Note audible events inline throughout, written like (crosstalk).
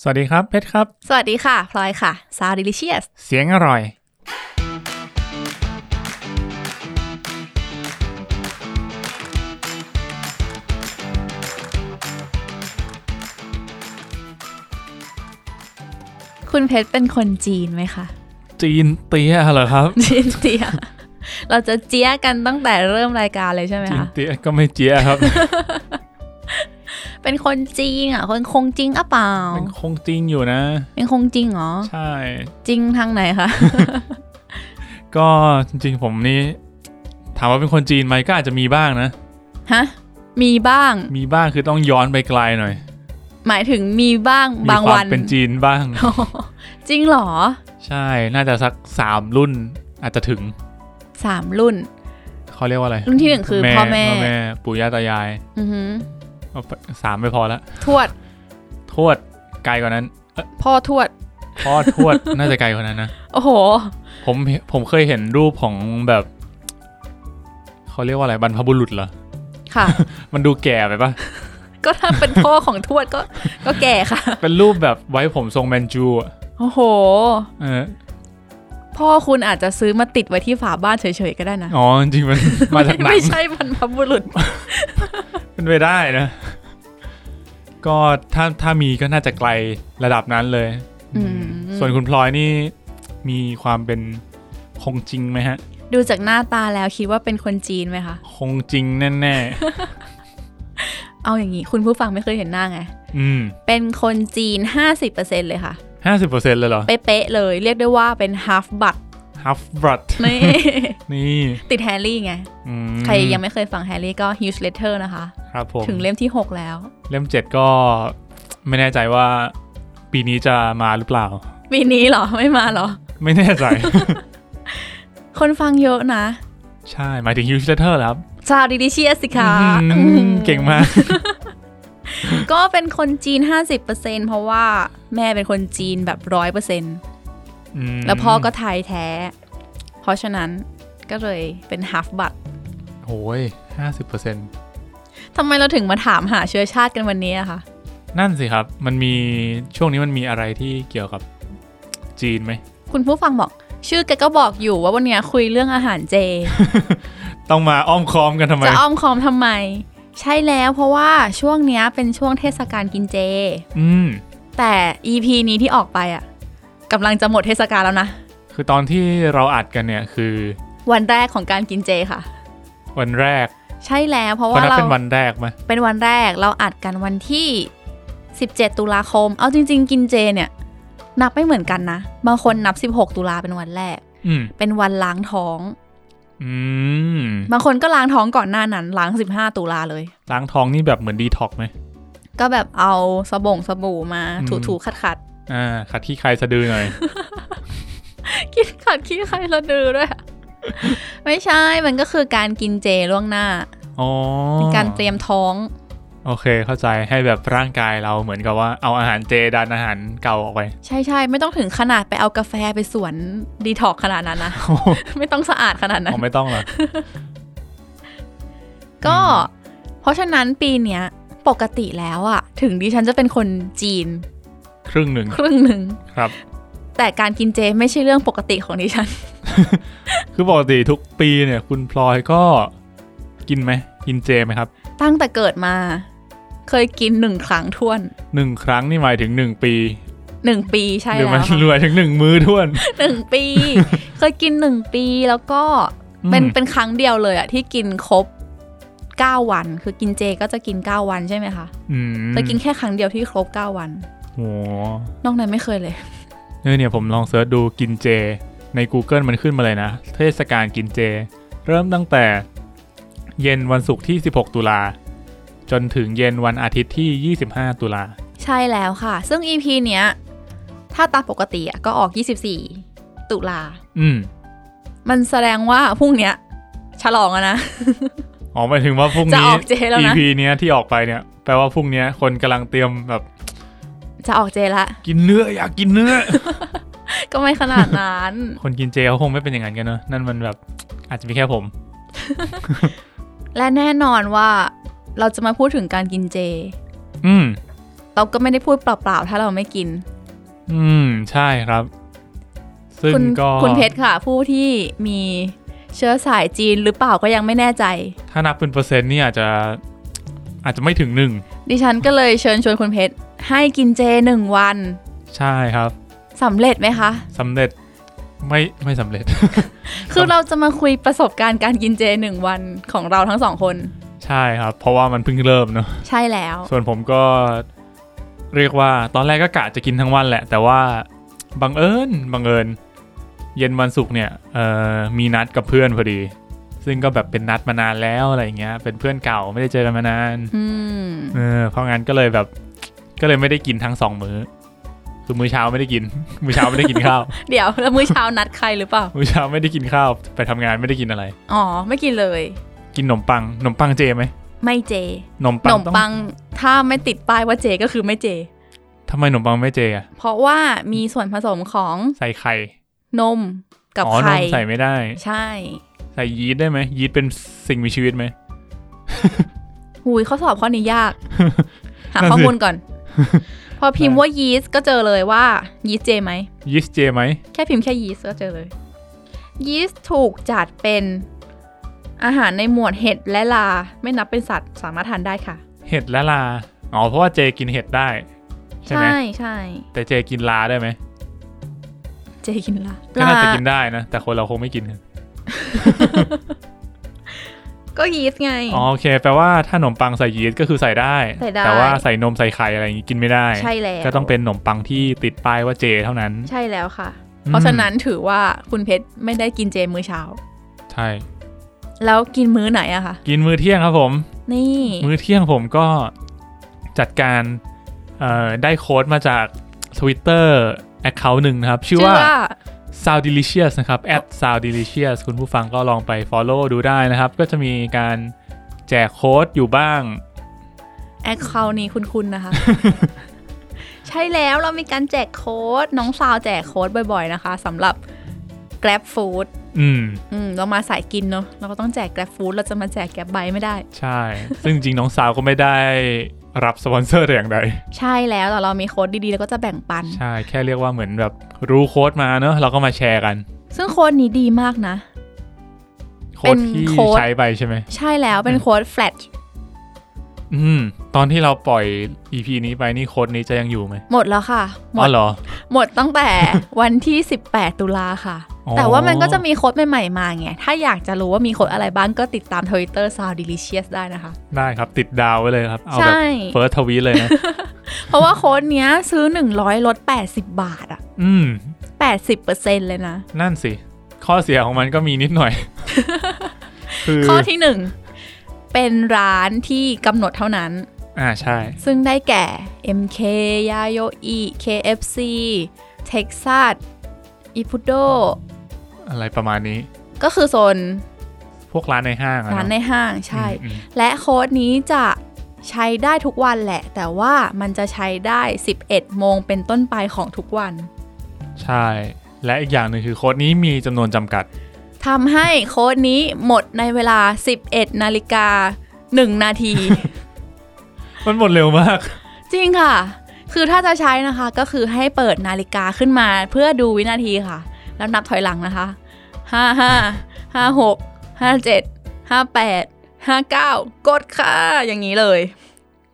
สวัสดีครับ เพชรครับ สวัสดีค่ะ พลอยค่ะ ซาวดิลิเชียส เสียงอร่อย คุณเพชรเป็นคนจีนไหมคะ (laughs) จีนเตี้ยเหรอครับ จีนเจียเราจะเจียกันตั้งแต่เริ่มรายการเลยใช่ไหม จีน คะ เตี้ยก็ไม่เจียครับ เป็นคนจีนอ่ะ คนคงจริงอ่ะเปล่า เป็นคงจริงอยู่นะ เป็นคงจริงเหรอ ใช่ จริงทางไหนคะ ก็จริงๆผมนี่ถามว่าเป็นคนจีนไหมก็อาจจะมีบ้างนะ ฮะ มีบ้าง มีบ้างคือต้องย้อนไปไกลหน่อย หมายถึงมีบ้าง มี บาง ควา วั ม น เป็นจีนบ้าง (laughs) จริงเหรอ ใช่ น่าจะสักสามรุ่น อาจจะถึง สามรุ่น เขาเรียกว่าอะไร รุ่นที่หนึ่งคือพ่อแม่ พ่อแม่ปู่ย่าตายาย อือหือ เอาไปสามไม่พอละ ทวด ทวดไกลกว่านั้น พ่อทวด พ่อทวด น่าจะไกลกว่านั้นนะ โอ้โห ผมเห็นผมเคยเห็นรูปของแบบ เขาเรียกว่าอะไรบรรพบุรุษเหรอ ค่ะ (laughs) มันดูแก่ไปปะ ก็ถ้าเป็นพ่อของทวดก็ ก็แก่ค่ะ เป็นรูปแบบไว้ผมทรงแมนจูอะ โอ้โห เออ พ่อคุณอาจจะซื้อมาติดไว้ที่ฝาบ้านเฉยๆก็ได้นะ อ๋อจริงๆมัน (laughs) มาจากหนัง ไม่ใช่บรรพบุรุษ (laughs) เป็นไปได้นะ ก็ถ้าถ้ามีก็น่าจะไกลระดับนั้นเลย อืม ส่วนคุณพลอยนี่มีความเป็นคงจริงไหมฮะ ดูจากหน้าตาแล้วคิดว่าเป็นคนจีนไหมคะ คงจริงแน่ เอาอย่างนี้ คุณผู้ฟังไม่เคยเห็นหน้าไง ๆ (laughs) อืม เป็นคนจีน 50%เลยค่ะ ห้าสิบเปอร์เซ็นต์เลยเหรอ เป๊ะๆเลย เรียกได้ว่าเป็น half บัต ฮัฟบรัด นี่ (laughs) นี่ ติดแฮร์รี่ไง อืม ใครยังไม่เคยฟังแฮร์รี่ก็ huge letter นะคะ ครับผม ถึงเล่มที่ 6 แล้ว เล่มเจ็ดก็ไม่แน่ใจว่า ปีนี้จะมาหรือเปล่า ปีนี้เหรอ ไม่มาเหรอ ไม่แน่ใจ (laughs) คนฟังเยอะนะ ใช่หมายถึงยูสเตอร์ครับ ชาวดิลิเชียสิคะ อื อื ม ม เก่งมาก ก็เป็นคนจีน 50%เพราะว่าแม่เป็นคนจีนแบบร้อยเปอร์เซ็น ม แล้วพ่อก็ไทยแท้ เพราะฉะนั้นก็เลยเป็นฮัฟบัต โอ้ยห้าสิบเปอร์เซ็นต์ ทำไมเราถึงมาถามหาเชื้อชาติกันวันนี้อะคะ นั่นสิครับ มันมีช่วงนี้มันมีอะไรที่เกี่ยวกับจีนไหม คุณผู้ฟังบอก ชื่อแกก็บอกอยู่ว่าวันเนี้ยคุยเรื่องอาหารเจ ต้องมาอ้อมค้อมกันทำไม จะอ้อมคอมทำไม ใช่แล้วเพราะว่าช่วงเนี้ยเป็นช่วงเทศกาลกินเจ อืม แต่ EP นี้ที่ออกไปอะกำลังจะหมดเทศกาลแล้วนะ คือตอนที่เราอัดกันเนี่ยคือ วันแรกของการกินเจค่ะ วันแรก ใช่แล้วเพราะ เพราะ ว่า นับ เรา เป็นวันแรกไหม เป็นวันแรกเราอัดกันวันที่ 17 ตุลาคม เอาจริง ๆ กินเจเนี่ย นับไม่เหมือนกันนะ บางคนนับ 16 ตุลาเป็นวันแรก อืม เป็นวันล้างท้อง อืม บางคนก็ล้างท้องก่อนหน้านั้นล้าง 15 ตุลาเลย ล้างท้องนี่แบบเหมือนดีท็อกไหม ก็แบบเอาสบงสบู่มา อืม ถูๆขัด อ่าขัดที่ใครสะดือหน่อย ๆ (laughs) กินขัดขี้ใครละดือด้วยอะ ไม่ใช่ มันก็คือการกินเจล่วงหน้า อ๋อ เป็นการเตรียมท้อง โอเคเข้าใจให้แบบร่างกายเราเหมือนกับว่าเอาอาหารเจดันอาหารเก่าออกไป (laughs) ใช่ใช่ไม่ต้องถึงขนาดไปเอากาแฟไปสวนดีท็อกขนาดนั้นนะ (laughs) โอ้โห ไม่ต้องสะอาดขนาดนั้น อ๋อไม่ต้องหรอก ก็ อืม เพราะฉะนั้นปีเนี้ยปกติแล้วอะถึงดิฉันจะเป็นคนจีน ครึ่งหนึ่ง ครึ่งหนึ่ง ครับ แต่การกินเจไม่ใช่เรื่องปกติของดิฉัน (laughs) คือปกติทุกปีเนี่ยคุณพลอยก็กินไหมกินเจไหมครับ ตั้งแต่เกิดมา เคยกินหนึ่งครั้งท้วน หนึ่งครั้งนี่หมายถึงหนึ่งปี หนึ่งปีใช่ หรื แล้ มัน วค่ะ หมายถึงหนึ่งมื้อท้วน (laughs) หนึ่งปี เคยกินหนึ่งปีแล้วก็เป็นเป็นครั้งเดียวเลยอะที่กินครบเก้าวัน คือกินเจก็จะกินเก้าวันใช่ไหมคะ อืม จะกินแค่ครั้งเดียวที่ครบเก้าวัน โห นอกนั้นไม่เคยเลย เนี่ยเนี่ยผมลองเสิร์ชดูกินเจ ใน Google มันขึ้นมาเลยนะ เทศกาลกินเจ เริ่มตั้งแต่เย็นวันศุกร์ที่ 16 ตุลา จนถึงเย็นวันอาทิตย์ที่ 25 ตุลา ใช่แล้วค่ะ ซึ่ง EP เนี้ย ถ้าตามปกติอะก็ออก 24 ตุลา อืม มันแสดงว่าพรุ่งเนี้ย ฉลองอะนะ อ๋อหมายถึงว่าพรุ่ง จะ นี้ ออกเจแล้วนะ EP เนี้ยที่ออกไปเนี่ย แปลว่าพรุ่งเนี้ยคนกำลังเตรียมแบบ จะออกเจละ กินเนื้ออยากกินเนื้อ ก็ไม่ขนาดนั้น (laughs) (laughs) คนกินเจเขาคงไม่เป็นอย่างนั้นกันเนอะนั่นมันแบบอาจจะมีแค่ผม และแน่นอนว่าเราจะมาพูดถึงการกินเจ อืม เราก็ไม่ได้พูดเปล่าๆ ถ้าเราไม่กิน อืม ใช่ครับ ซึ่ง คุณ ก็ คุณเพชรค่ะ ผู้ที่มีเชื้อสายจีนหรือเปล่าก็ยังไม่แน่ใจ ถ้านับเป็นเปอร์เซ็นต์เนี่ยอาจจะ อาจจะไม่ถึงหนึ่ง ดิฉันก็เลยเชิญชวนคุณเพชรให้กินเจหนึ่งวัน ใช่ครับ สำเร็จไหมคะ สำเร็จไม่ไม่สำเร็จ (laughs) คือเราจะมาคุยประสบการณ์การกินเจหนึ่งวันของเราทั้งสองคน ใช่ครับ เพราะว่ามันเพิ่งเริ่มเนอะ ใช่แล้ว ส่วนผมก็ เรียกว่าตอนแรกก็กะจะกินทั้งวันแหละ แต่ว่าบังเอิญบังเอิญ เย็นวันศุกร์เนี่ยเอ่อมีนัดกับเพื่อนพอดี ซึ่งก็แบบเป็นนัดมานานแล้วอะไรอย่างเงี้ย เป็นเพื่อนเก่าไม่ได้เจอกันมานาน อืม เออเพราะงั้นก็เลยแบบ ก็เลยไม่ได้กินทั้งสองมื้อ คือมื้อเช้าไม่ได้กิน (laughs) มื้อเช้าไม่ได้กินข้าว (laughs) เดี๋ยวแล้วมื้อเช้านัดใครหรือเปล่า มื้อเช้าไม่ได้กินข้าว ไปทำงานไม่ได้กินอะไร อ๋อ ไม่กินเลย กินขนมปังขนมปังเจไหม ไม่เจ ขนม ข ปัง นม ต้อง ปังถ้าไม่ติดป้ายว่าเจก็คือไม่เจ ทำไมขนมปังไม่เจอะ เพราะว่ามีส่วนผสมของ ใส่ไข่ นมกับ อ๋อนม ไข่ ใส่ไม่ได้ ใช่ ใส่ยีสต์ได้ไหมยีสต์เป็นสิ่งมีชีวิตไหม หุยข้อสอบข้อนี้ยาก หา (laughs) นั่นสิ ข้อมูลก่อน พอพิมพ์ ได้ ว่ายีสต์ก็เจอเลยว่ายีสต์เจไหม ยีสต์เจไหม แค่พิมพ์แค่ยีสต์ก็เจอเลย ยีสต์ถูกจัดเป็นอาหารในหมวดเห็ดและลา ไม่นับเป็นสัตว์สามารถทานได้ค่ะ เห็ดและลาอ๋อเพราะว่าเจกินเห็ดได้ ใช่ไหม ใช่ใช่ แต่เจกินลาได้ไหม เจกินลา ก็น่า ลา จะกินได้นะแต่คนเราคงไม่กินกัน ก็ยีสต์ไง อ๋อโอเคแปลว่าถ้าขนมปังใส่ยีสต์ก็คือใส่ได้ ใส่ได้ แต่ว่าใส่นมใส่ไข่อะไรอย่างงี้กินไม่ได้ ใช่แล้ว ก็ต้องเป็นขนมปังที่ติดป้ายว่าเจเท่านั้น ใช่แล้วค่ะ เพราะฉะนั้นถือว่าคุณเพชรไม่ได้กินเจมื้อเช้า ใช่ แล้วกินมื้อไหนอะคะ กินมื้อเที่ยงครับผม นี่ มื้อเที่ยงผมก็จัดการเอ่อได้โค้ดมาจาก Twitter Account หนึ่งนะครับ ชื่อว่า Sound Delicious นะครับ at Sound Delicious คุณผู้ฟังก็ลองไป Follow ดูได้นะครับ ก็จะมีการแจกโค้ดอยู่บ้าง แอคเคาท์นี้คุณๆนะคะ (laughs) ใช่แล้วเรามีการแจกโค้ด น้องสาวแจกโค้ดบ่อยๆนะคะสำหรับ Grab Food อืม อืมเรามาสายกินเนาะเราก็ต้องแจก Grab Food เราจะมาแจก Grab ไบไม่ได้ ใช่ ซึ่งจริงน้องสาวก็ไม่ได้รับสปอนเซอร์แต่อย่างใด ใช่แล้วแต่เรามีโค้ดดีๆ แล้วก็จะแบ่งปัน ใช่ แค่เรียกว่าเหมือนแบบรู้โค้ดมาเนอะเราก็มาแชร์กัน ซึ่งโค้ดนี้ดีมากนะ โค้ดที่ เป็นโค้ด ใช้ไปใช่ไหม ใช่แล้วเป็นโค้ด flat อืม ตอนที่เราปล่อย EP นี้ไปนี่โค้ดนี้จะยังอยู่ไหม หมดแล้วค่ะ หม อ๋อ ด เหรอ หมดตั้ง (laughs) แต่ วันที่ 18 ตุลาค่ะ อ๋อ แต่ว่ามันก็จะมีโค้ดใหม่ๆมาไงถ้าอยากจะรู้ว่ามีโค้ดอะไรบ้างก็ติดตาม Twitter Sound Delicious ได้นะคะ ได้ครับ ติดดาวไว้เลยครับ เอา ใช่ แบบเฟิร์สทวีเลยนะ เพราะว่าโค้ดเนี้ยซื้อ 100ลด80 บาทอะ อืม 80เปอร์เซ็นเลยนะ นั่นสิ ข้อเสียของมันก็มีนิด (laughs) หน่อย คือ ข้อที่ 1 เป็นร้านที่กำหนดเท่านั้น อ่าใช่ ซึ่งได้แก่ MK ยาโยอิ KFC เท็กซัสอิพุโด อะไรประมาณนี้ ก็คือโซน พวกร้านในห้างอะ ร้าน เอะ ในห้างใช่ อืมอืม และโค้ดนี้จะใช้ได้ทุกวันแหละ แต่ว่ามันจะใช้ได้ 11 โมงเป็นต้นไปของทุกวัน ใช่ และอีกอย่างหนึ่งคือโค้ดนี้มีจำนวนจำกัด ทำให้โค้ดนี้หมดในเวลา 11 นาฬิกา 1 นาที มันหมดเร็วมาก จริงค่ะ คือถ้าจะใช้นะคะก็คือให้เปิดนาฬิกาขึ้นมาเพื่อดูวินาทีค่ะ แล้วนับถอยหลังนะคะ ห้าห้า ห้าหก ห้าเจ็ด ห้าแปด ห้าเก้ากดค่ะ อย่างนี้เลย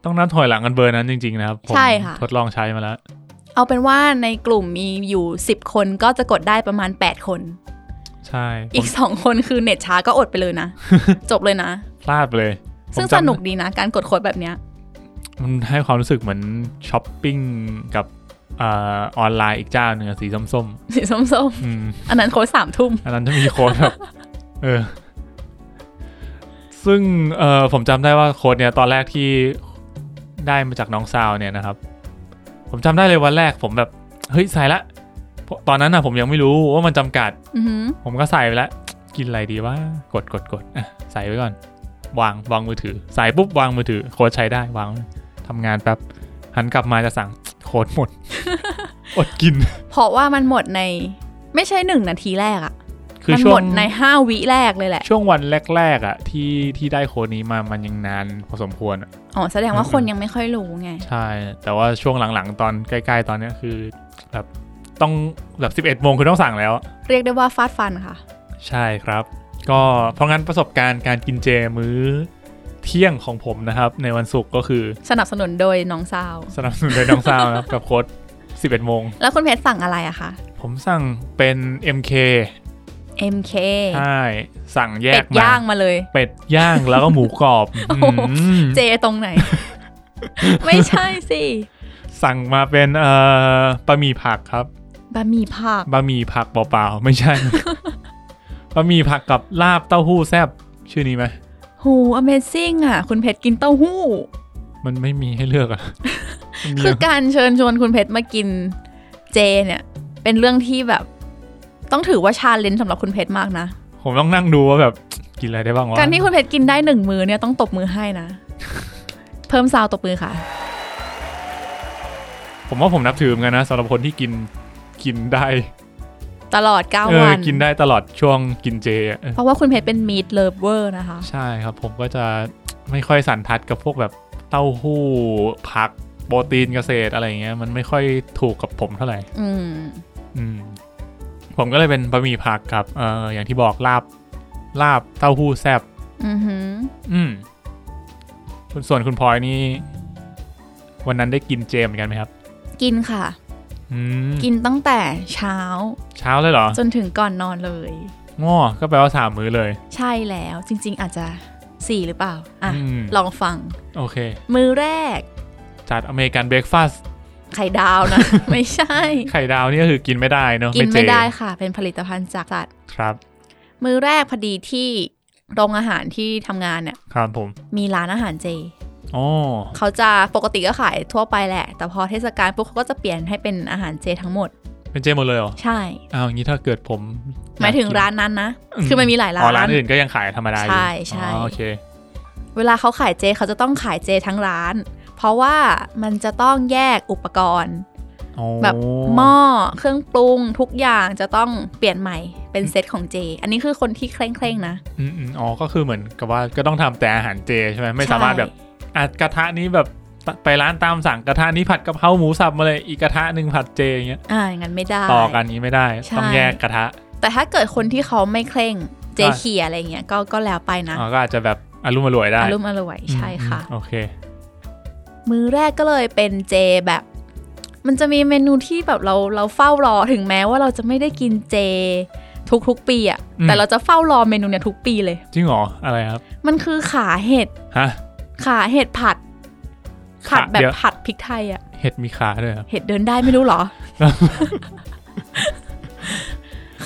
ต้องนับถอยหลังกันเบอร์นั้นจริงๆนะครับผม ใช่ค่ะ ทดลองใช้มาแล้ว เอาเป็นว่าในกลุ่มมีอยู่ 10 คนก็จะกดได้ประมาณ 8 คน ใช่ผ อี ม ก 2 คนคือเน็ตช้าก็อดไปเลยนะ (laughs) จบเลยนะ พลาดไปเลยผม ซึ่ง จำ สนุกดีนะการกดโค้ดแบบเนี้ย มันให้ความรู้สึกเหมือนช้อปปิ้งกับอาออนไลน์อีกเจ้าหนึ่งอะสีส้ม สีส้ม ๆอืม ๆ อันนั้นโค้ดสามทุ่ม อันนั้นจะมีโค้ดแบบ (laughs) เออ ซึ่งเออผมจำได้ว่าโค้ดเนี่ยตอนแรกที่ได้มาจากน้องซาวเนี่ยนะครับ ผมจำได้เลยวันแรกผมแบบ เฮ้ยใส่ละเพราะตอนนั้นนะผมยังไม่รู้ว่ามันจำกัด อือหือ ผมก็ใส่ไปแล้ว กินอะไรดีว่ากดกดกดอ่ะใส่ไว้ก่อน วางวางมือถือ ใส่ปุ๊บวางมือถือ โค้ดใช้ได้วางทำงานแป๊บ หันกลับมาจะสั่งโค้ด (laughs) หมด อดกิน เพราะว่ามันหมดในไม่ใช่หนึ่งนาทีแรกอะ คือ มัน ช่ ห วงมดในห้าวิแรกเลยแหละ ช่วงวันแรกๆอ่ะที่ที่ได้โค้ดนี้มามันยังนานพอสมควรอะ อ๋อ แสดงว่า อืม คนยังไม่ค่อยรู้ไง ใช่ แต่ว่าช่วงหลังๆ ตอนใกล้ๆ ตอนเนี้ยคือแบบต้องแบบ 11โมงคือต้องสั่งแล้ว เรียกได้ว่าฟาดฟันค่ะ ใช่ครับ ก็เพราะงั้นประสบการณ์การกินเจมื้อเที่ยงของผมนะครับ ในวันศุกร์ก็คือ สนับสนุนโดยน้องซาว สนับสนุนโดยน้องซาวนะครับ กับโค้ด11โมง แล้วคุณเพชรสั่งอะไรอะคะ ผมสั่งเป็น MK MK ใช่สั่งแย เป็ ก ด มา ย่างมาเลย เป็ดย่างแล้วก็หมูกรอบ (laughs) โอ้โห อืม เจ (laughs) ตรงไหน ไม่ใช่สิ สั่งมาเป็นเอ่อบะหมี่ผักครับ บะหมี่ผัก บะหมี่ผักเปล่าๆ ไม่ใช่ (laughs) บะหมี่ผักกับลาบเต้าหู้แซบชื่อนี้ไหม หู Amazing อ่ะ คุณเพชรกินเต้าหู้ มันไม่มีให้เลือกอะ มี คือ อะ การเชิญชวนคุณเพชรมากินเจเนี่ย เป็นเรื่องที่แบบ ต้องถือว่าชาเลนจ์สำหรับคุณเพชรมากนะ ผมต้องนั่งดูว่าแบบ กินอะไรได้บ้างวะ การที่คุณเพชรกินได้หนึ่งมือเนี่ยต้องตบมือให้นะ เพิ่มซาวตบมือค่ะ ผมว่าผมนับถือเหมือนกันนะสำหรับคนที่กินกินได้ ตลอด เอ 9 อ วัน กินได้ตลอดช่วงกินเจอะเออ เพราะว่าคุณเพชรเป็นมีดเลิฟเวอร์นะคะ ใช่ครับ ผมก็จะไม่ค่อยสันทัดกับพวกแบบเต้าหู้ผักโปรตีนเกษตรอะไรอย่างเงี้ยมันไม่ค่อยถูกกับผมเท่าไหร่ อืม อืมผมก็เลยเป็นบะหมี่ผักกับเอออย่างที่บอกลาบลาบเต้าหู้แซบ อือหือ อืมคุณส่วนคุณพลอยนี่ วันนั้นได้กินเจเหมือนกันไหมครับ กินค่ะ อืม กินตั้งแต่เช้า เช้าเลยเหรอ จนถึงก่อนนอนเลย ง้อก็แปลว่าสามมื้อเลย ใช่แล้วจริง ๆ อาจจะสี่หรือเปล่า อ่ะ อืม ลองฟัง โอเค มือแรก จัดอเมริกันเบรกฟาสต์ ไข่ดาวนะ (laughs) ไม่ใช่ ไข่ดาวนี่ก็คือกินไม่ได้เนอะ กิน เจ ไม่ได้ค่ะ เป็นผลิตภัณฑ์จากสัตว์ ครับ มือแรกพอดีที่โรงอาหารที่ทำงานเนี่ย ครับผม มีร้านอาหารเจ อ๋อ เขาจะปกติก็ขายทั่วไปแหละ แต่พอเทศกาลปุ๊บเขาก็จะเปลี่ยนให้เป็นอาหารเจทั้งหมด เป็นเจหมดเลยเหรอ ใช่ อ้าวอย่างนี้ถ้าเกิดผม หมายถึงร้านนั้นนะ คือมันมีหลาย อ ร้า อ๋อน ร้านอื่นก็ยังขายธรรมดาอยู่ ใช่ใช่ อ๋อโอเค เวลาเขาขายเจเขาจะต้องขายเจทั้งร้าน เพราะว่ามันจะต้องแยกอุปกรณ์ อ๋อ แบบหม้อเครื่องปรุงทุกอย่างจะต้องเปลี่ยนใหม่เป็นเซตของเจ อันนี้คือคนที่เคร่งเคร่งๆนะ อืมอืมอ๋อก็คือเหมือนกับว่าก็ต้องทำแต่อาหารเจใช่ไหมไม่ ใช่ สามารถแบบ อ่ะกระทะนี้แบบตไปร้านตามสั่งกระทะนี้ผัดกะเพราหมูสับมาเลยอีกกระทะหนึ่งผัดเจอย่างเงี้ย อ่าอย่างนั้นไม่ได้ ต่อกันนี้ไม่ได้ ใช่ ต้องแยกกระทะ แต่ถ้าเกิดคนที่เขาไม่เคร่งเจเขียอะไรเงี้ยก็ก็แล้วไปนะ อ๋อก็อาจจะแบบอารมณ์รวยได้ อารมณ์อร่วยใช่ อืม ค่ะ อืมโอเค มื้อแรกก็เลยเป็นเจแบบ มันจะมีเมนูที่แบบเราเราเฝ้ารอถึงแม้ว่าเราจะไม่ได้กินเจ ทุกๆปีอะ่ะ อืม แต่เราจะเฝ้ารอเมนูเนี่ยทุกปีเลย จริงเหรออะไรครับ มันคือขาเห็ด ฮะ ขาเห็ดผัด ผัด ขา แบบ เดี๋ยว ผัดพริกไทยอะ่ะ เห็ดมีขาด้วยครับ เห็ดเดินได้ไม่ (laughs) รู้เหรอ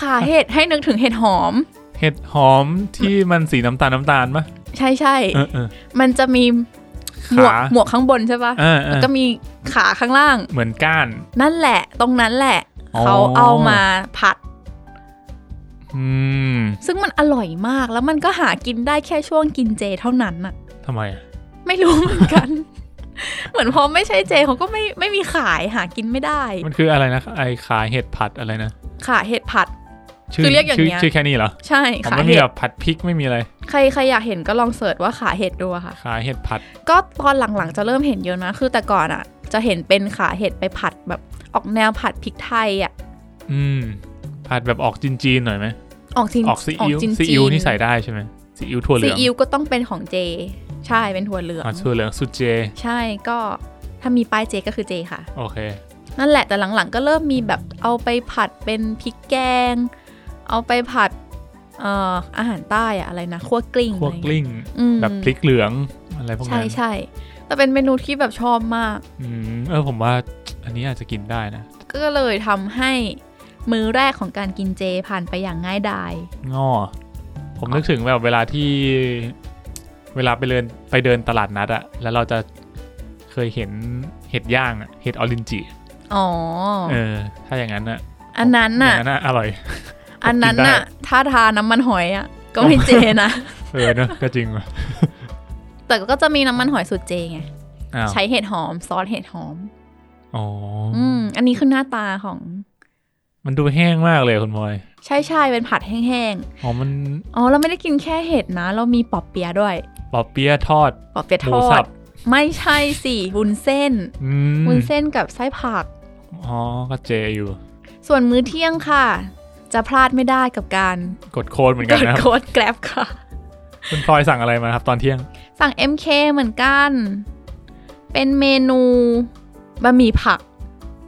ขาเห็ดให้นึกถึงเห็ดหอม เห็ดหอมที่มันสีน้ำตาลน้ำตาลมะ ใช่ใช่ เออเออ มันจะมีหมวก ขา หมวกข้างบนใช่ปะ เออเออ ก็มีขาข้างล่าง เหมือนก้าน นั่นแหละ ตรงนั้นแหละ อ๋อ เขาเอามาผัด อืม ซึ่งมันอร่อยมากแล้วมันก็หากินได้แค่ช่วงกินเจเท่านั้นน่ะ ทำไมอะ ไม่รู้เหมือนกัน (laughs) เหมือนพอไม่ใช่เจเขาก็ไม่ไม่มีขายหากินไม่ได้ มันคืออะไรนะไอขาเห็ดผัดอะไรนะ ค่ะเห็ดผัด คือเรียกอย่าง ชื่ เงี้ย ชื่อแค่นี้เหรอ ใช่ ผม ขา ไม่มี เห็ด แบบผัดพริกไม่มีอะไร ใครใครอยากเห็นก็ลองเสิร์ชว่าขาเห็ดดูอะค่ะ ขาเห็ดผัด ก็ตอนหลังๆจะเริ่มเห็นเยอะนะ คือแต่ก่อนอ่ะ จะเห็นเป็นขาเห็ดไปผัดแบบออกแนวผัดพริกไทยอ่ะ อืมผัดแบบออกจีนๆหน่อยไหม ออกจีน ออกซีอิ๊ว จีน ซีอิ๊วนี่ใส่ได้ใช่ไหมซีอิ๊วถั่วเห ซี ลือง อิ๊วก็ต้องเป็นของเจ ใช่เป็นถั่วเหลือง อ๋อถั่วเหลืองสุดเจ ใช่ก็ถ้ามีป้ายเจก็คือเจค่ะ โอเค นั่นแหละแต่หลังๆ ก็เริ่มมีแบบเอาไปผัดเป็นพริกแกง เอาไปผัดเอ่ออาหารใต้อะอะไรนะคั่วกลิ้ง คั่วกลิ้ง อืม แบบพริกเหลืองอะไรพวก ใช่ นั้น ใช่แต่เป็นเมนูที่แบบชอบมาก อืมเออผมว่าอันนี้อาจจะกินได้นะ ก็เลยทำให้มื้อแรกของการกินเจผ่านไปอย่างง่ายดาย งอ ผมนึกถึงแบบเวลาที่ เวลาไปเดินไปเดินตลาดนัดอะแล้วเราจะเคยเห็นเห็ดย่างอะเห็ดออรินจิ อ๋อ เออ ถ้าอย่างนั้นอะ อันนั้น อย่า น่ะ งนั้นอะอร่อย อันนั้นน่ะ ถ้าทาน้ำมันหอยอ่ะ ก็ไม่เจนะ (laughs) เออเนอะก็จริงว่ะ แต่ก็จะมีน้ำมันหอยสูตรเจไง อ้าว ใช้เห็ดหอม ซอสเห็ดหอม อ๋ออ อืม อันนี้คือหน้าตาของ มันดูแห้งมากเลยคุณพลอย ใช่ใช่เป็นผัดแห้ง อ๋อมัน ๆอ๋อเราไม่ได้กินแค่เห็ดนะ เรามีปอบเปียะด้วย ปอเปี๊ยะทอด ปอบเปียะ ห ท มู อ สั ด บ ไม่ใช่สิวุ้นเส้น อืม วุ้นเส้นกับไส้ผัก อ๋อก็เจอยู่ ส่วนมื้อเที่ยงค่ะ จะพลาดไม่ได้กับการ กดโคนเหมือน ก กัน ด นะครับ โค้ดแกร็บค่ะ คุณพลอยสั่งอะไรมาครับตอนเที่ยง สั่ง MK เหมือนกัน เป็นเมนูบะหมี่ผัก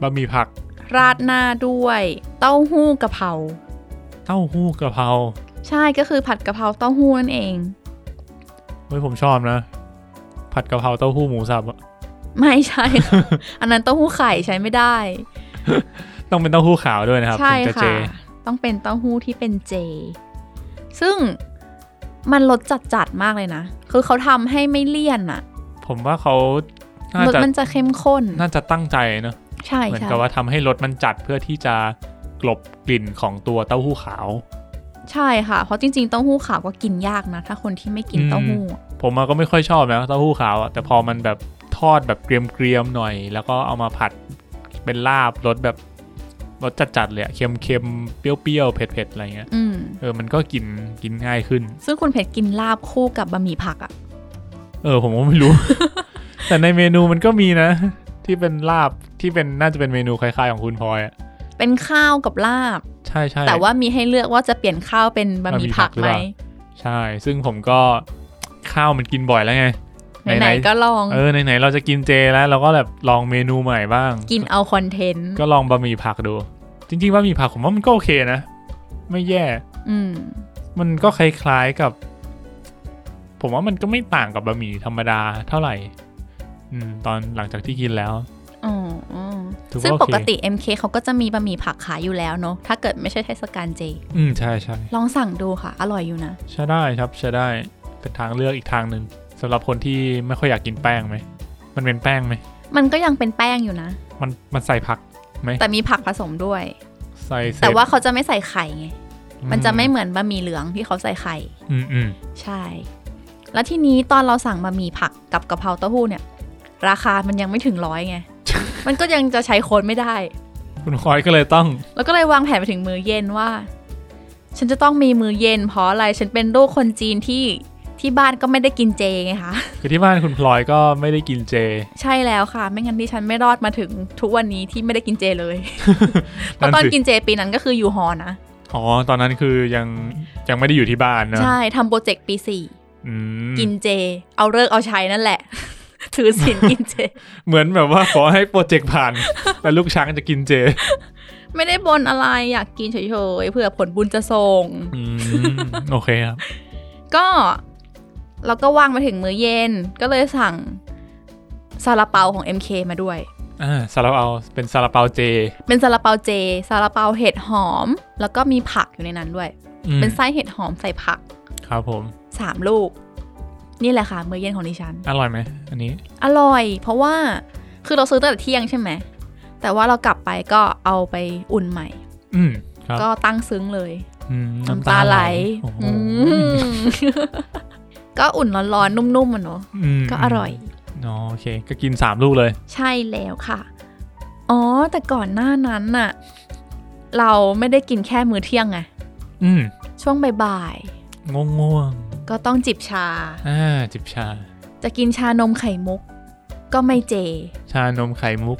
บะหมี่ผัก ราดหน้าด้วย เต้าหู้กะเพรา เต้าหู้กะเพรา ใช่ก็คือผัดกะเพราเต้าหู้นั่นเอง เฮ้ยผมชอบนะ ผัดกะเพราเต้าหู้หมูสับอะ ไม่ใช่ค่ะ (laughs) อันนั้นเต้าหู้ไข่ใช้ไม่ได้ ต้องเป็นเต้าหู้ขาวด้วยนะครับ ใช่ ถึงจะเจ ค่ะ ต้องเป็นเต้าหู้ที่เป็นเจ ซึ่งมันรสจัดจัดๆมากเลยนะ คือเขาทำให้ไม่เลี่ยนอะ ผมว่าเขาน่าร ส จะ มันจะเข้มข้น น่าจะตั้งใจเนอะ ใช่ เหมือน ใช่ กับว่าทำให้รสมันจัดเพื่อที่จะกลบกลิ่นของตัวเต้าหู้ขาว ใช่ค่ะ เพราะจริงๆเต้าหู้ขาวก็กินยากนะ ถ้าคนที่ไม่กิน อืม เต้าหู้ ผมอะก็ไม่ค่อยชอบนะเต้าหู้ขาวอะแต่พอมันแบบทอดแบบเกรียมๆหน่อย แล้วก็เอามาผัดเป็นลาบรสแบบรสจัดๆเลยอะเค็มๆเปรี้ยวๆเผ็ดๆอะไรเงี้ย อืม เออมันก็กินกินง่ายขึ้น ซึ่งคุณเพชรกินลาบคู่กับบะหมี่ผักอะ่ะ เออผมก็ไม่รู้ (laughs) แต่ในเมนูมันก็มีนะ ที่เป็นลาบที่เป็นน่าจะเป็นเมนูคล้ายๆของคุณพลอยอะ เป็นข้าวกับลาบ ใช่ใช่ แต่ว่ามีให้เลือกว่าจะเปลี่ยนข้าวเป็นบะหมี่ผัก บะหมี่ผักหรือ ไหม เปล่ ใช่ ซึ่งผมก็ข้าวมันกินบ่อยแล้วไง ไหนๆก็ลอง เออไหนๆเราจะกินเจแล้วเราก็แบบลองเมนูใหม่บ้าง กินเอาคอนเทนต์ ก็ลองบะหมี่ผักดู จริงๆบะหมี่ผักผมว่ามันก็โอเคนะ ไม่แย่ อืม มันก็คล้ายๆกับ ผมว่ามันก็ไม่ต่างกับบะหมี่ธรรมดาเท่าไหร่ อืม ตอนหลังจากที่กินแล้ว อ๋ออ๋อ ถือว่า ซึ่ง โอเค ปกติ MK เขาก็จะมีบะหมี่ผักขายอยู่แล้วเนาะ ถ้าเกิดไม่ใช่เทศกาลเจ อืมใช่ใช่ ลองสั่งดูค่ะ อร่อยอยู่นะ ใช่ได้ครับใช่ได้เป็นทางเลือกอีกทางหนึ่งสำหรับคนที่ไม่ค่อยอยากกินแป้งไหมมันเป็นแป้งไหม มันก็ยังเป็นแป้ง (laughs) อยู่นะ มันมันใส่ผักไหม แต่มีผักผสมด้วย ใส่เสร็จ แต่ว่าเขาจะไม่ใส่ไข่ไง อื มันจะไม่เหมือนบะหมี่เหลืองที่เขาใส่ไข่ อืมอืม ใช่ แล้วทีนี้ตอนเราสั่งบะหมี่ผักกับกะเพราเต้าหู้เนี่ย ราคามันยังไม่ถึงร้ (laughs) อยไง มันก็ยังจะใช้โคนไม่ได้ คุณคอยก็เลยต้อง แล้วก็เลยวางแผนไปถึงมื้อเย็นว่า ฉันจะต้องมีมื้อเย็นเพราะอะไร ฉันเป็นลูกคนจีนที่ที่บ้านก็ไม่ได้กินเจไงคะ คือที่บ้านคุณพลอยก็ไม่ได้กินเจ ใช่แล้วค่ะ ไม่งั้นที่ฉันไม่รอดมาถึงทุกวันนี้ที่ไม่ได้กินเจเลย (laughs) เพ นั่นสิ ราะตอนกินเจปีนั้นก็คืออยู่หอนะ อ๋อตอนนั้นคือยังยังไม่ได้อยู่ที่บ้านเนอะ ใช่ทำโปรเจกต์ปีสี่ อืม กินเจ เอาเลิกษ์เอาใช้นั่นแหละ (laughs) ถือศีลกินเจ เหมือนแบบว่าขอให้โปรเจกต์ (laughs) ผ่าน แต่ลูกช้างจะกินเจ ไม่ได้บนอะไรอยากกินเฉยๆเผื่อผลบุญจะส่ง อืมโอเคครับ ก็เราก็ว่างมาถึงมื้อเย็น ก็เลยสั่งซาลาเปาของ MK มาด้วย อ่าซาลาเปาเป็นซาลาเปาเจ เป็นซาลาเปาเจซาลาเปาเห็ดหอม แล้วก็มีผักอยู่ในนั้นด้วย อืม เป็นไส้เห็ดหอมใส่ผัก ครับผม สามลูก นี่แหละค่ะ มื้อเย็นของดิฉัน อร่อยไหมอันนี้ อร่อย เพราะว่าคือเราซื้อตั้งแต่เที่ยงใช่ไหม แต่ว่าเรากลับไปก็เอาไปอุ่นใหม่ อืมครับ ก็ตั้งซึ้งเลย อืม น้ำตาไหล โอ้โห อืม (laughs) ก็อุ่นร้อนๆ นุ่มๆอ่ะเนาะ ม ก็อร่อย อ๋อโอเค ก็กินสามลูกเลย ใช่แล้วค่ะ อ๋อ แต่ก่อนหน้านั้นน่ะ เราไม่ได้กินแค่มื้อเที่ยงไง อืม ช่วงบ่าย ง่วงง่วง ๆ ก็ต้องจิบชา ๆอ่าจิบชา จะกินชานมไข่มุก ก็ไม่เจ ชานมไข่มุก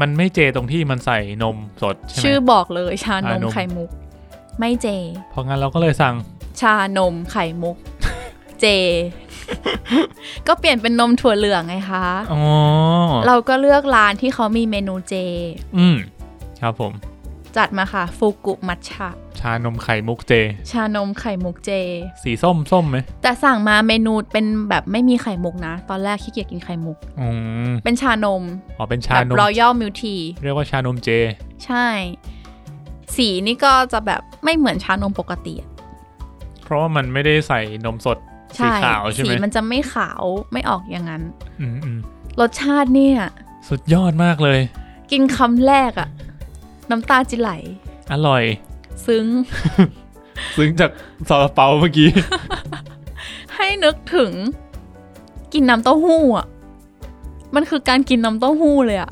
มันไม่เจตรงที่มันใส่นมสดใช่ไหม ชื่อบอกเลยชานม ชานม ไข่มุก ไม่เจ เพราะงั้นเราก็เลยสั่ง ชานมไข่มุก เจ ก็เปลี่ยนเป็นนมถั่วเหลืองไงคะ อ๋อ เราก็เลือกร้านที่เขามีเมนูเจ อืมครับผม จัดมาค่ะฟูกุมัทฉะ ชานมไข่มุกเจ ชานมไข่มุกเจ สีส้มส้มไหม แต่สั่งมาเมนูเป็นแบบไม่มีไข่มุกนะ ตอนแรกขี้เกียจกินไข่มุก อืม เป็นชานม อ๋อเป็นชา แบบ นม รอยัลมิลที เรียกว่าชานมเจ ใช่ สีนี่ก็จะแบบไม่เหมือนชานมปกติอะ เพราะว่ามันไม่ได้ใส่นมสดสี ใช่ ขาวใช่ สี ไหม มันจะไม่ขาวไม่ออกอย่างนั้น อืมอืม รสชาติเนี่ย สุดยอดมากเลย กินคำแรกอะน้ำตาจิไหล อร่อย ซึ้ง ซึ้งจากซาลาเปาเมื่อกี้ ให้นึกถึง กินน้ำเต้าหู้อะมันคือการกินน้ำเต้าหู้เลยอะ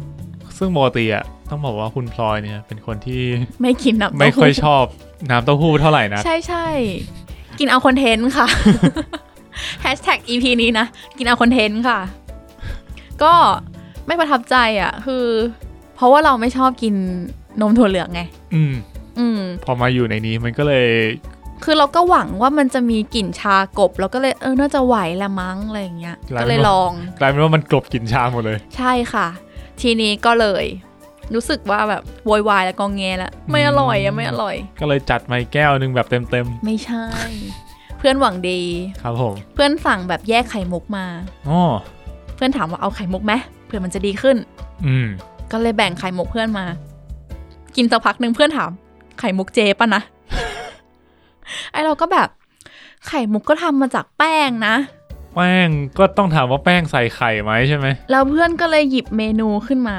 (laughs) ซึ่งปกติอะ ต้องบอกว่าคุณพลอยเนี่ย เป็นคนที่ ไม่กินน้ำเต้าหู้ ไม่ค่อยชอบน้ำเต้าหู้เท่าไหร่นะ ใช่ใช่กินเอาคอนเทนต์ (laughs) ค่ะ แฮชแท็ก EP นี้นะ กินเอาคอนเทนต์ค่ะ ก็ไม่ประทับใจอ่ะ คือ เพราะว่าเราไม่ชอบกินนมถั่วเหลืองไง อืม อืม พอมาอยู่ในนี้มันก็เลย คือเราก็หวังว่ามันจะมีกลิ่นชากบ เราก็เลยเออน่าจะไหวละมั้งอะไรอย่างเงี้ย หลาย ก็เลยลอง กลายเป็นว่ามันกลบกลินชาหมดเลย ใช่ค่ะ ทีนี้ก็เลย รู้สึกว่าแบบโวยวายแล้วกองเงแล้วไม่อร่อยอะไม่อร่อย ก็เลยจัดมาอีกแก้วหนึงแบบเต็ม ไม่ใช่ เพื่อนหวังดี ๆครับผม เพื่อนสั่งแบบแยกไข่มุกมา อ๋อ เพื่อนถามว่าเอาไข่มุกไหมเพื่อมันจะดีขึ้น อืม ก็เลยแบ่งไข่มุกเพื่อนมา กินสักพักหนึ่งเพื่อนถาม ไข่มุกเจป่ะนะ (laughs) ไอเราก็แบบ ไข่มุกก็ทำมาจากแป้งนะ แป้งก็ต้องถามว่าแป้งใส่ไข่ไหมใช่ไหม แล้วเพื่อนก็เลยหยิบเมนูขึ้นมา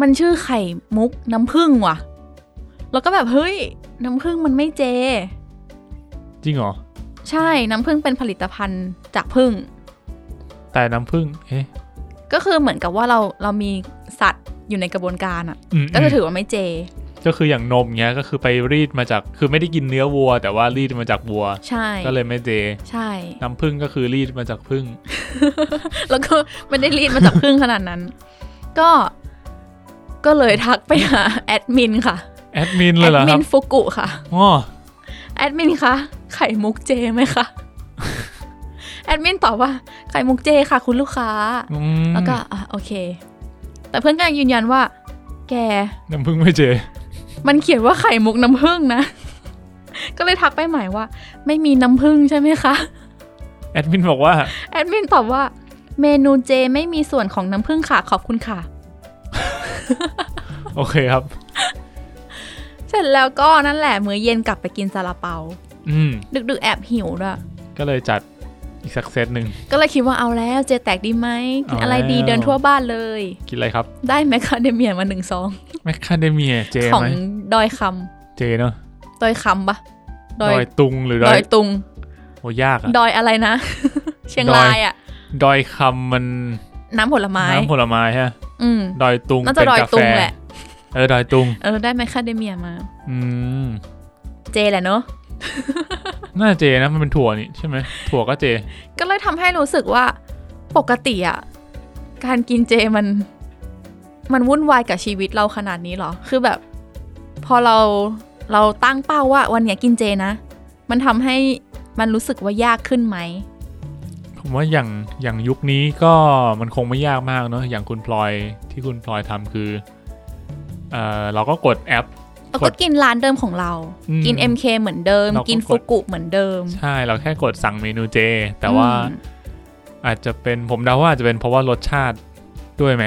มันชื่อไข่มุกน้ำผึ้งว่ะ แล้วก็แบบเฮ้ย น้ำผึ้งมันไม่เจ จริงเหรอ ใช่ น้ำผึ้งเป็นผลิตภัณฑ์จากผึ้ง แต่น้ำผึ้งเอ๊ะ ก็คือเหมือนกับว่าเราเรามีสัตว์อยู่ในกระบวนการอ่ะ อืม ก็จะ ม ถือว่าไม่เจ ก็คืออย่างนมเงี้ยก็คือไปรีดมาจากคือไม่ได้กินเนื้อวัว แต่ว่ารีดมาจากวัว ใช่ ก็เลยไม่เจ ใช่ น้ำผึ้งก็คือรีดมาจากผึ้ง แล้วก็ไม่ได้รีดมาจากผึ้งขนาดนั้น ก็ก็เลยทักไปหาแอดมินค่ะ แอดมิน แอ เลยเหรอ ด ค มิ รับ นฟุกุค่ะ อ๋อ แอดมินคะ ไข่มุกเจไหม (laughs) คะ แอดมินตอบว่า ไข่มุกเจค่ะ คุณลูกค้า อืม แล้วก็อ่ะโอเค แต่เพื่อนก็ยังยืนยันว่า แก น้ำผึ้งไม่เจ มันเขียนว่าไข่มุกน้ำผึ้งนะ (laughs) ก็เลยทักไปใหม่ว่า ไม่มีน้ำผึ้งใช่ไหมคะ แอดมินบอกว่า (laughs) แอดมินตอบว่า เมนูเจไม่มีส่วนของน้ำผึ้งค่ะ ขอบคุณค่ะ โอเคครับ เสร็จแล้วก็นั่นแหละมื้อเย็นกลับไปกินซาลาเปา อืม ดึกๆแอบหิวด้วย ก็เลยจัดอีกสักเซตหนึ่ง ก็เลยคิดว่าเอาแล้วเจแตกดีไหมกินอะไรดี เอาแล้ว เดินทั่วบ้านเลย กินอะไรครับ ได้แมคคาเดเมียมาหนึ่งซอง แมคคาเดเมียเจ ของ ไหม ดอยคำ เจเนาะ ดอยคำปะ ดอยตุงหรือด ด อ อย ยตุง โอ้ยากอะ ดอยอะไรนะ เชียงรายอ่ะ ดอยคำมัน น้ำผลไม้ น้ำผลไม้ฮะ อืม ดอยตุง น่าจะ เป็น ดอย กาแฟ ตุงแหละ เออดอยตุง เออ ได้แมคคาเดเมียมา อืม เจแหละเนอะ น่าเจนะมันเป็นถั่วนี่ใช่ไหมถั่วก็เจ ก็เลยทำให้รู้สึกว่าปกติอ่ะ การกินเจมัน มันวุ่นวายกับชีวิตเราขนาดนี้เหรอ คือแบบ พอเราเราตั้งเป้าว่าวันเนี้ยกินเจนะ มันทำให้มันรู้สึกว่ายากขึ้นไหม ผมว่าอย่างอย่างยุคนี้ก็มันคงไม่ยากมากเนอะอย่างคุณพลอยที่คุณพลอยทำคือเออเราก็กดแอป เราก็กินร้านเดิมของเรา อืม กิน MK เหมือนเดิม เราก็ กิน ก ฟุ ด กุเหมือนเดิม ใช่เราแค่กดสั่งเมนูเจ แต่ว่า อืม อาจจะเป็นผมเดาว่าอาจจะเป็นเพราะว่ารสชาติด้วยไหม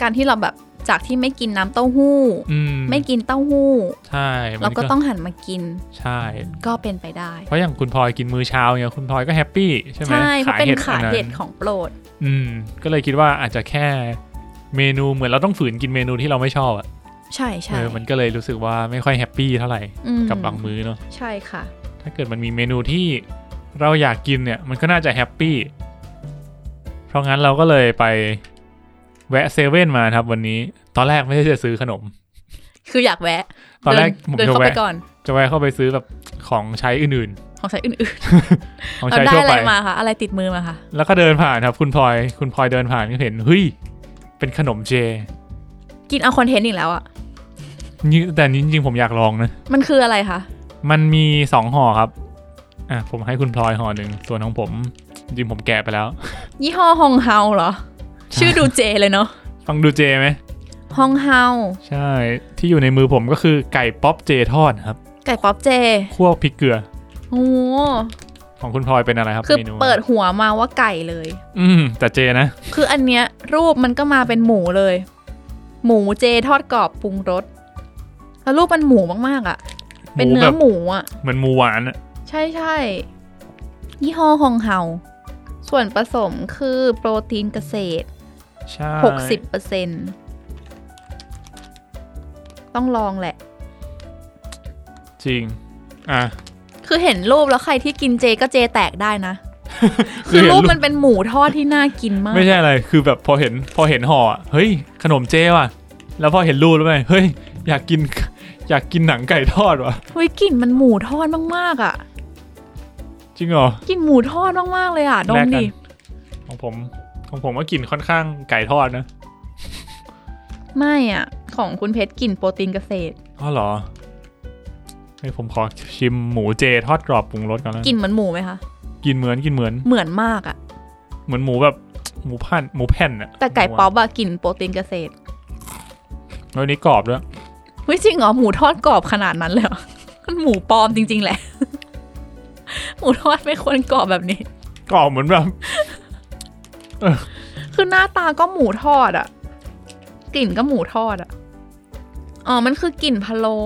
การที่เราแบบจากที่ไม่กินน้ำเต้าหู้ อืม ไม่กินเต้าหู้ ใช่มัน เราก็ต้องหันมากิน ใช่ ก็เป็นไปได้ เพราะอย่างคุณพลอยกินมื้อเช้าเนี่ยคุณพลอยก็แฮปปี้ใช่ไหม ใช่เพราะเป็นขา อันนั้น เด็ดของโปรด อืมก็เลยคิดว่าอาจจะแค่เมนูเหมือนเราต้องฝืนกินเมนูที่เราไม่ชอบอะ ใช่ เอ ใช่ อมันก็เลยรู้สึกว่าไม่ค่อยแฮปปี้เท่าไหร่ อืม กับบางมื้อเนาะ ใช่ค่ะ ถ้าเกิดมันมีเมนูที่เราอยากกินเนี่ย มันก็น่าจะแฮปปี้เพราะงั้นเราก็เลยไปแวะเซเว่นมาครับ วันนี้ ตอนแรกไม่ได้จะซื้อขนม คืออยากแวะ ตอนแรกผม เดินเดิจะนเข้าไป แวะ ก่อน จะแวะเข้าไปซื้อแบบของใช้อื่น ของใช้อื่น ๆ ข ๆ อง เรา ใช้ ได้ ทั่ว อะไร ไป มาคะอะไรติดมือมาคะ แล้วก็เดินผ่านครับ คุณพลอยคุณพลอยเดินผ่านก็เห็นเฮ้ยเป็นขนมเจ กินเอาคอนเทนต์อีกแล้วอ่ะ นี่แต่นี้จริงๆผมอยากลองนะ มันคืออะไรคะ มันมีสองห่อครับ อ่ะผมให้คุณพลอยห่อหนึ่ง ส่วนของผมจริงผมแกะไปแล้ว ยี่ห้อฮองเฮาเหรอ ชื่อดูเจเลยเนาะ ฟังดูเจไหม ฮองเฮา ใช่ ที่อยู่ในมือผมก็คือไก่ป๊อปเจทอดครับ ไก่ป๊อปเจ คั่วพริกเกลือ โอ้โห ของคุณพลอยเป็นอะไรครับ คือ มนู เปิดหัวมาว่าไก่เลย อืม แต่เจนะ คืออันเนี้ยรูปมันก็มาเป็นหมูเลย หมูเจทอดกรอบปรุงรสแล้วรูปมันหมูมากๆอะ่ะ เป็น หมู เนื้ แบ อบ หมูอ่ะ เหมือนหมูหวานอะ ใช่ใช่ยี่ห้อฮองเฮาส่วนผสมคือโปรตีนเกษตร ใช่ 60%ต้องลองแหละ จริง อ่ะ คือเห็นรูปแล้วใครที่กินเจก็เจแตกได้นะ (laughs) คื คืเห็อ อนรู รู ป ปมันเป็นหมูทอดที่น่ากินมาก ไม่ใช่อะไร คือแบบพอเห็นพอเห็นห่ออะเฮ้ย ขนมเจว่ะ แล้วพอเห็นรูปแล้วไงเฮ้ยอยากกิน (laughs) อยากกินหนังไก่ทอดวะ อุ้ยกลิ่นมันหมูทอดมากๆอ่ะ จริงเหรอ กลิ่นหมูทอดมากๆเลยอ่ะด แลกมกัน ดิ ของผมของผมก็กลิ่นค่อนข้างไก่ทอดนะ ไม่อ่ะ ของคุณเพชรกลิ่นโปรตีนเกษตร อ๋อเหรอให้ยผมขอชิมหมูเจทอดกรอบปรุงรสก่อนนะ กลิ่นเหมือนหมูไหมคะ กินเหมือนกินเหมือน เหมือนมากอ่ะ เหมือนหมูแบบหมูพันหมูแผ่นอะ แต่ไก่ป๊อปอะกลิ่นโปรตีนเกษตร แล้วอันนี้กรอบด้วย เฮ้ยจริงเหรอหมูทอดกรอบขนาดนั้นเลยเหรอ (laughs) มันหมูปลอมจริง ๆ แหละ (laughs) หมูทอดไม่ควรกรอบแบบนี้ กรอบเหมือนแบบ (laughs) คือหน้าตาก็หมูทอดอะกลิ่นก็หมูทอดอะอ๋อมันคือกลิ่นพะโล้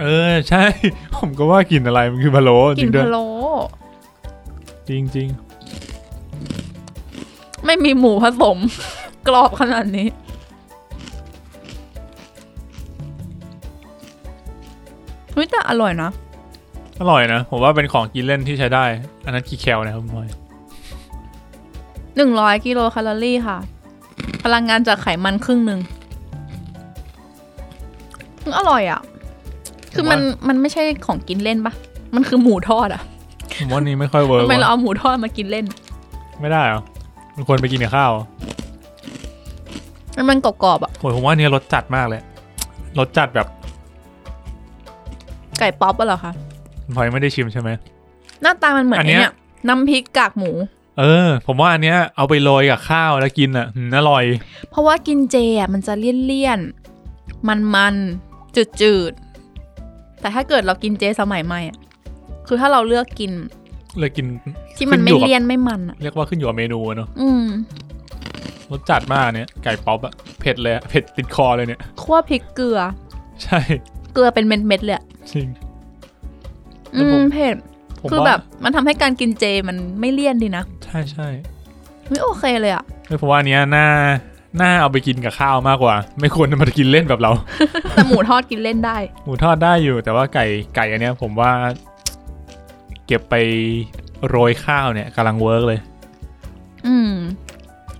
เออใช่ (laughs) ผมก็ว่ากลิ่นอะไรมันคือพะโล้ ก จริลิ่น งด้วย พะโล้ จริงจริง ไม่มีหมูผสม (laughs) กรอบขนาดนี้ เฮ้ยแต่อร่อยนะ ๆอร่อยนะผมว่าเป็นของกินเล่นที่ใช้ได้ อันนั้นกี่แคลนะครับคุณพลอย หนึ่งร้อยกิโลแคลอรี่ค่ะ พลังงานจากไขมันครึ่งหนึ่งอืมอร่อยอ่ะ คือมันมันไม่ใช่ของกินเล่นปะมันคือหมูทอดอ่ะ ผมว่านี้ไม่ค่อยเวิร์ก ทำไมเรา ว่ะ เอาหมูทอดมากินเล่น ไม่ได้เหรอมันควรไปกินกับข้าวเหรอ มันมันกรอบๆอ่ะ โหยผมว่าอันเนี้ยรสจัดมากเลยรสจัดแบบ ไก่ป๊อปอะเหรอคะ พลอยไม่ได้ชิมใช่ไหม หน้าตามันเหมือน อัน ไอ เนี้ย เนี่ยน้ำพริกกากหมู เออ ผมว่าอันเนี้ยเอาไปโรยกับข้าวแล้วกินอ่ะอืมอร่อย เพราะว่ากินเจอ่ะมันจะเลี่ยนๆ มันๆ จืดๆ แต่ถ้าเกิดเรากินเจสมัยใหม่อ่ะ คือถ้าเราเลือกกิน เลยกิน ที่มันไม่ ขึ้อยู่กับ เลี่ยนไม่มันอ่ะ เรียกว่าขึ้นอยู่กับเมนูอะเนอะ อืม รสจัดมากเนี้ยไก่ป๊อปอะเผ็ดเลยอะเผ็ดติดคอเลยเนี่ย (laughs) คั่วพริกเกลือ ใช่ เกลือเป็นเม็ดๆเลยอะ จริง แล้ อื วผม มเผ็ด ผม คือ ว่า แบบมันทำให้การกินเจมันไม่เลี่ยนดีนะ ใช่ใช่ ไม่โอเคเลยอะ แล้วผมว่าอันเนี้ยน่าน่าเอาไปกินกับข้าวมากกว่า ไม่ควรเอามากินเล่นแบบเรา แต่หมูทอดกินเล่นได้ หมูทอดได้อยู่แต่ว่าไก่ไก่อันเนี้ย ผมว่า เก็บไปโรยข้าวเนี่ยกำลังเวิร์กเลย อืม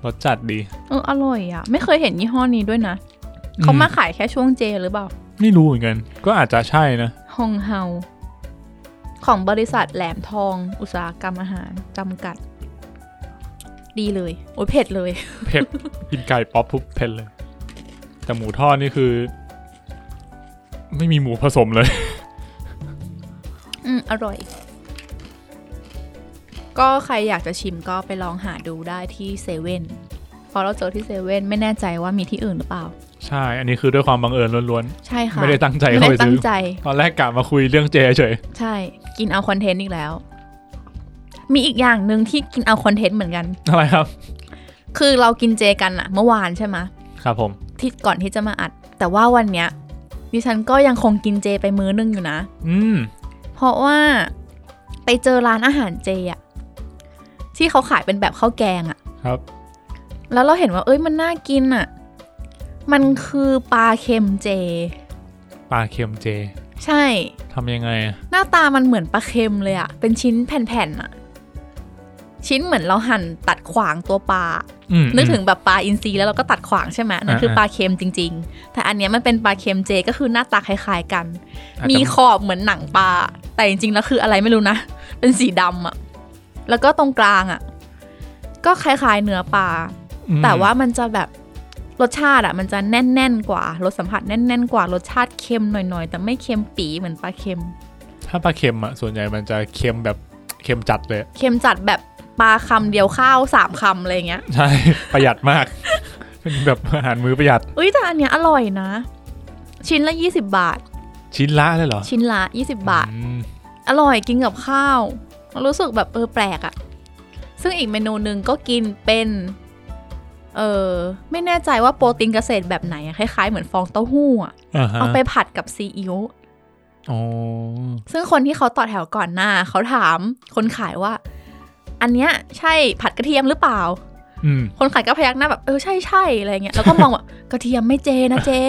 รสจัดดี เอออร่อยอะไม่เคยเห็นยี่ห้อนี้ด้วยนะเขามาขายแค่ช่วงเจหรือเปล่า ไม่รู้เหมือนกัน ก็อาจจะใช่นะ ฮองเฮาของบริษัทแหลมทอง อุตสาหกรรมอาหารจำกัด ดีเลย โอ้ยเผ็ดเลย (laughs) เผ็ด กินไก่ป๊อปปุ๊บเผ็ดเลย แต่หมูทอดนี่คือ ไม่มีหมูผสมเลย อืมอร่อย ก็ใครอยากจะชิมก็ไปลองหาดูได้ที่เซเว่นพอเราเจอที่เซเว่นไม่แน่ใจว่ามีที่อื่นหรือเปล่า ใช่ อันนี้คือด้วยความบังเอิญล้วน ใช่ ๆ ค่ะ ไม่ได้ตั้งใจ ไม่ เข้า ได้ ไป ตั้ ซื้ ง อ ใจ ตอนแรกกะมาคุยเรื่องเจเฉย ใช่ กินเอาคอนเทนต์อีกแล้ว มีอีกอย่างหนึ่งที่กินเอาคอนเทนต์เหมือนกัน อะไรครับ คือเรากินเจกันอะเมื่อวานใช่ไหมะ ครับผม ที่ก่อนที่จะมาอัด แต่ว่าวันเนี้ยดิฉันก็ยังคงกินเจไปมื้อหนึงอยู่นะ อืม เพราะว่าไปเจอร้านอาหารเจอะที่เขาขายเป็นแบบข้าวแกงอะ ครับ แล้วเราเห็นว่า เอ้ยมันน่ากินอะมันคือปลาเค็มเจ ปลาเค็มเจ ใช่ ทำยังไงอะ หน้าตามันเหมือนปลาเค็มเลยอะเป็นชิ้นแผ่นๆอะชิ้นเหมือนเราหั่นตัดขวางตัวปลา อืม นึกถึงแบบปลาอินทรีแล้วเราก็ตัดขวางใช่ไหมนั่นคือ อ่าๆ ปลาเค็มจริง ๆ แต่อันเนี้ยมันเป็นปลาเค็มเจก็คือหน้าตาคล้ายๆกัน อาจจะ มีขอบเหมือนหนังปลา แต่จริงๆแล้วคืออะไรไม่รู้นะ เป็นสีดำอะแล้วก็ตรงกลางอะก็คล้ายๆเนื้อปลา อืม แต่ว่ามันจะแบบรสชาติอะมันจะแน่นๆกว่ารสสัมผัสแน่นๆกว่ารสชาติเค็มหน่อยๆ แต่ไม่เค็มปีเหมือนปลาเค็ม ถ้าปลาเค็มอ่ะส่วนใหญ่มันจะเค็มแบบเค็มจัดเลย เค็มจัดแบบปลาคำเดียวข้าวสามคำอะไรเงี้ย ใช่ ประหยัดมาก เป็นแบบอาหารมื้อประหยัด อุ้ยแต่อันเนี้ยอร่อยนะ ชิ้นละ 20 บาท ชิ้นละเลยเหรอ ชิ้นละ 20 บาท อืม อร่อยกินกับข้าว รู้สึกแบบเออแปลกอะซึ่งอีกเมนูหนึ่งก็กินเป็น เออไม่แน่ใจว่าโปรตีนเกษตรแบบไหนอะคล้ายๆเหมือนฟองเต้าหู้อะ อ่าฮะ เอาไปผัดกับซีอิ๊ว อ๋อ ซึ่งคนที่เขาต่อแถวก่อนหน้า เขาถามคนขายว่า อันเนี้ยใช่ผัดกระเทียมหรือเปล่า อืม คน (laughs) ขายก็พยักหน้าแบบเออใช่ใช่อะไรเงี้ยแล้วก็มองว่า กระเทียมไม่เจนะเจ (laughs)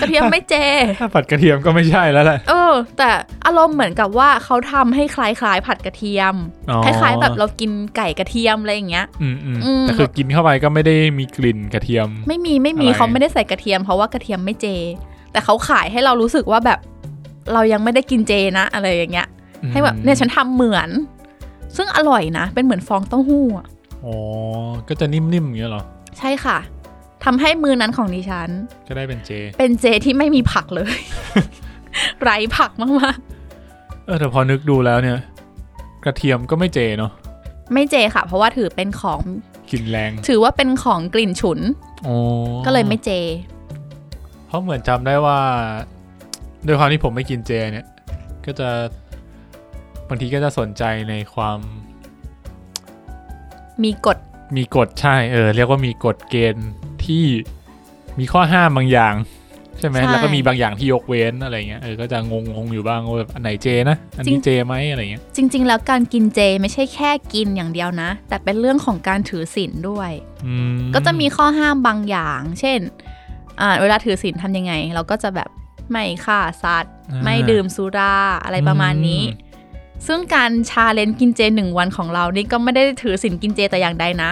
กระเทียมไม่เจ ถ้าผัดกระเทียมก็ไม่ใช่แล้วแหละ เออ แต่อารมณ์เหมือนกับว่าเขาทำให้คล้ายๆ ผัดกระเทียม อ๋อ คล้ายๆ แบบเรากินไก่กระเทียมอะไรอย่างเงี้ย อืมอืม อืม แต่คือกินเข้าไปก็ไม่ได้มีกลิ่นกระเทียม ไม่มีไม่มี อะไร เขาไม่ได้ใส่กระเทียม เพราะว่ากระเทียมไม่เจ แต่เขาขายให้เรารู้สึกว่าแบบ เรายังไม่ได้กินเจนะ อะไรอย่างเงี้ย ให้แบบเนี่ยฉันทำเหมือน ซึ่งอร่อยนะ เป็นเหมือนฟองเต้าหู้อะ อ๋อก็จะนิ่มๆอย่างเงี้ยเหรอ ใช่ค่ะทำให้มือนั้นของดิฉัน ก็ได้เป็นเจ เป็นเจที่ไม่มีผักเลย (laughs) ไร้ผักมาก เออแต่พอนึกดูแล้วเนี่ย กระเทียมก็ไม่เจเนาะ ๆไม่เจค่ะ เพราะว่าถือเป็นของ กลิ่นแรง ถือว่าเป็นของกลิ่นฉุน อ๋อ ก็เลยไม่เจ เพราะเหมือนจำได้ว่าด้วยความที่ผมไม่กินเจเนี่ย ก็จะบางทีก็จะสนใจในความ มีกฎ มีกฎใช่เออเรียกว่ามีกฎเกณฑ์ที่มีข้อห้ามบางอย่าง ใช่ไหมแล้วก็มีบางอย่างที่ยกเว้นอะไรเงี้ยเออก็จะงงงๆอยู่บ้างว่าแบบอันไหนเจนะอันนี้เจไหมอะไรเงี้ย จริง ๆ แล้วการกินเจไม่ใช่แค่กินอย่างเดียวนะ แต่เป็นเรื่องของการถือศีลด้วย อื ก็จะมีข้อห้ามบางอย่าง เช่นอ่าเวลาถือศีลทำยังไง เราก็จะแบบไม่ฆ่าสัตว์ อ่า ไม่ดื่มสุราอะไรประมาณนี้ ซึ่งการชาเลนจ์กินเจหนึ่งวันของเรานี่ก็ไม่ได้ถือศีลกินเจแต่อย่างใดนะ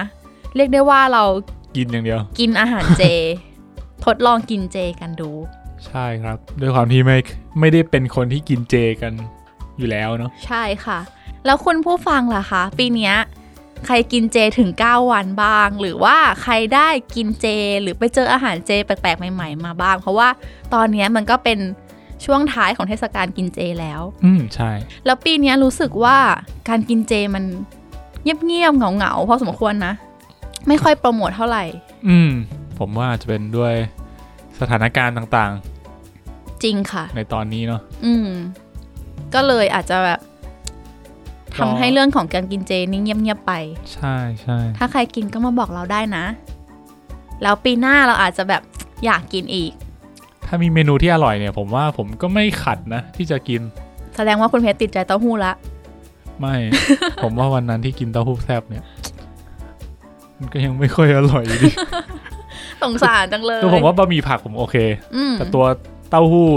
เรียกได้ว่าเรา กินอย่างเดียว กินอาหารเจ ทดลองกินเจกันดู ใช่ครับด้วยความที่ไม่ไม่ได้เป็นคนที่กินเจกันอยู่แล้วเนาะ ใช่ค่ะ แล้วคุณผู้ฟังล่ะคะ ปีเนี้ยใครกินเจถึง 9 วันบ้าง หรือว่าใครได้กินเจ หรือไปเจออาหารเจแปลกๆ ใหม่ๆ มาบ้าง เพราะว่าตอนเนี้ยมันก็เป็นช่วงท้ายของเทศกาลกินเจแล้ว อืมใช่ แล้วปีเนี้ยรู้สึกว่าการกินเจมันเงียบๆเหงาๆพอสมควรนะ ไม่ค่อยโปรโมทเท่าไหร่ อืม ผมว่าจะเป็นด้วยสถานการณ์ต่าง จริงค่ะ ๆ ในตอนนี้เนาะ อืม ก็เลยอาจจะแบบ ก็ ทำให้เรื่องของการกินเจนี่เงียบๆไป ใช่ใช่ ถ้าใครกินก็มาบอกเราได้นะ แล้วปีหน้าเราอาจจะแบบอยากกินอีก ถ้ามีเมนูที่อร่อยเนี่ย ผมว่าผมก็ไม่ขัดนะ ที่จะกิน แสดงว่าคุณเพชรติดใจเต้าหู้ละ ไม่ (laughs) ผมว่าวันนั้นที่กินเต้าหู้แซบเนี่ย มันก็ยังไม่ค่อยอร่อยอยู่ดี สงสารจัง (laughs) เลย คือผมว่าบะหมี่ผักผมโอเค อืม แต่ตัวเต้าหู้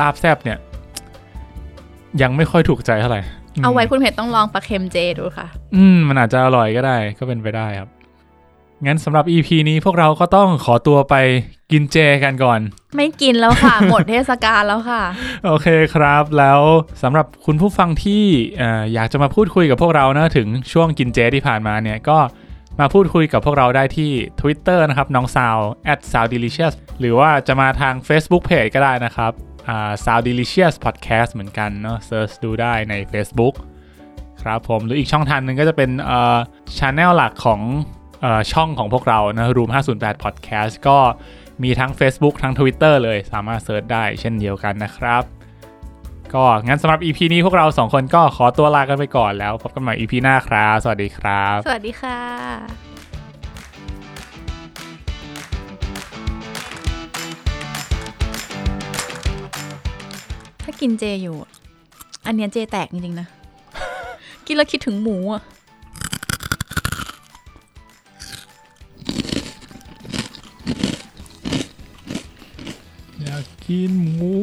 ลาบแซบเนี่ย ยังไม่ค่อยถูกใจเท่าไหร่ม เอาไว้คุณเพชรต้องลองปลาเค็มเจดูค่ะ อืม มันอาจจะอร่อยก็ได้ก็เป็นไปได้ครับ งั้นสำหรับ EP นี้พวกเราก็ต้องขอตัวไปกินเจกันก่อน ไม่กินแล้ว (laughs) ค่ะ หมดเทศกาลแล้วค่ะ โอเคครับ แล้วสำหรับคุณผู้ฟังที่เอ่ออยากจะมาพูดคุยกับพวกเรานะถึงช่วงกินเจที่ผ่านมาเนี่ย ก็มาพูดคุยกับพวกเราได้ที่ Twitter นะครับน้องสาว @sounddelicious หรือว่าจะมาทาง Facebook Page ก็ได้นะครับอ่า sounddelicious podcast เหมือนกันเนาะ search ดูได้ใน Facebook ครับผมหรืออีกช่องทางหนึ่งก็จะเป็นเอ่อช anel หลักของเอ่อช่องของพวกเรานะ Room 508 Podcast ก็มีทั้ง Facebook ทั้ง Twitter เลยสามารถเซิร์ชได้เช่นเดียวกันนะครับ ก็งั้นสำหรับ EP นี้พวกเราสองคนก็ขอตัวลากันไปก่อนแล้ว พบกันใหม่ EP หน้าครับ สวัสดีครับ สวัสดีค่ะถ้ากินเจอยู่อะอันเนี้ยเจแตกจริงๆนะ (laughs) กินแล้วคิดถึงหมูอ่ะ É อยากกินหมู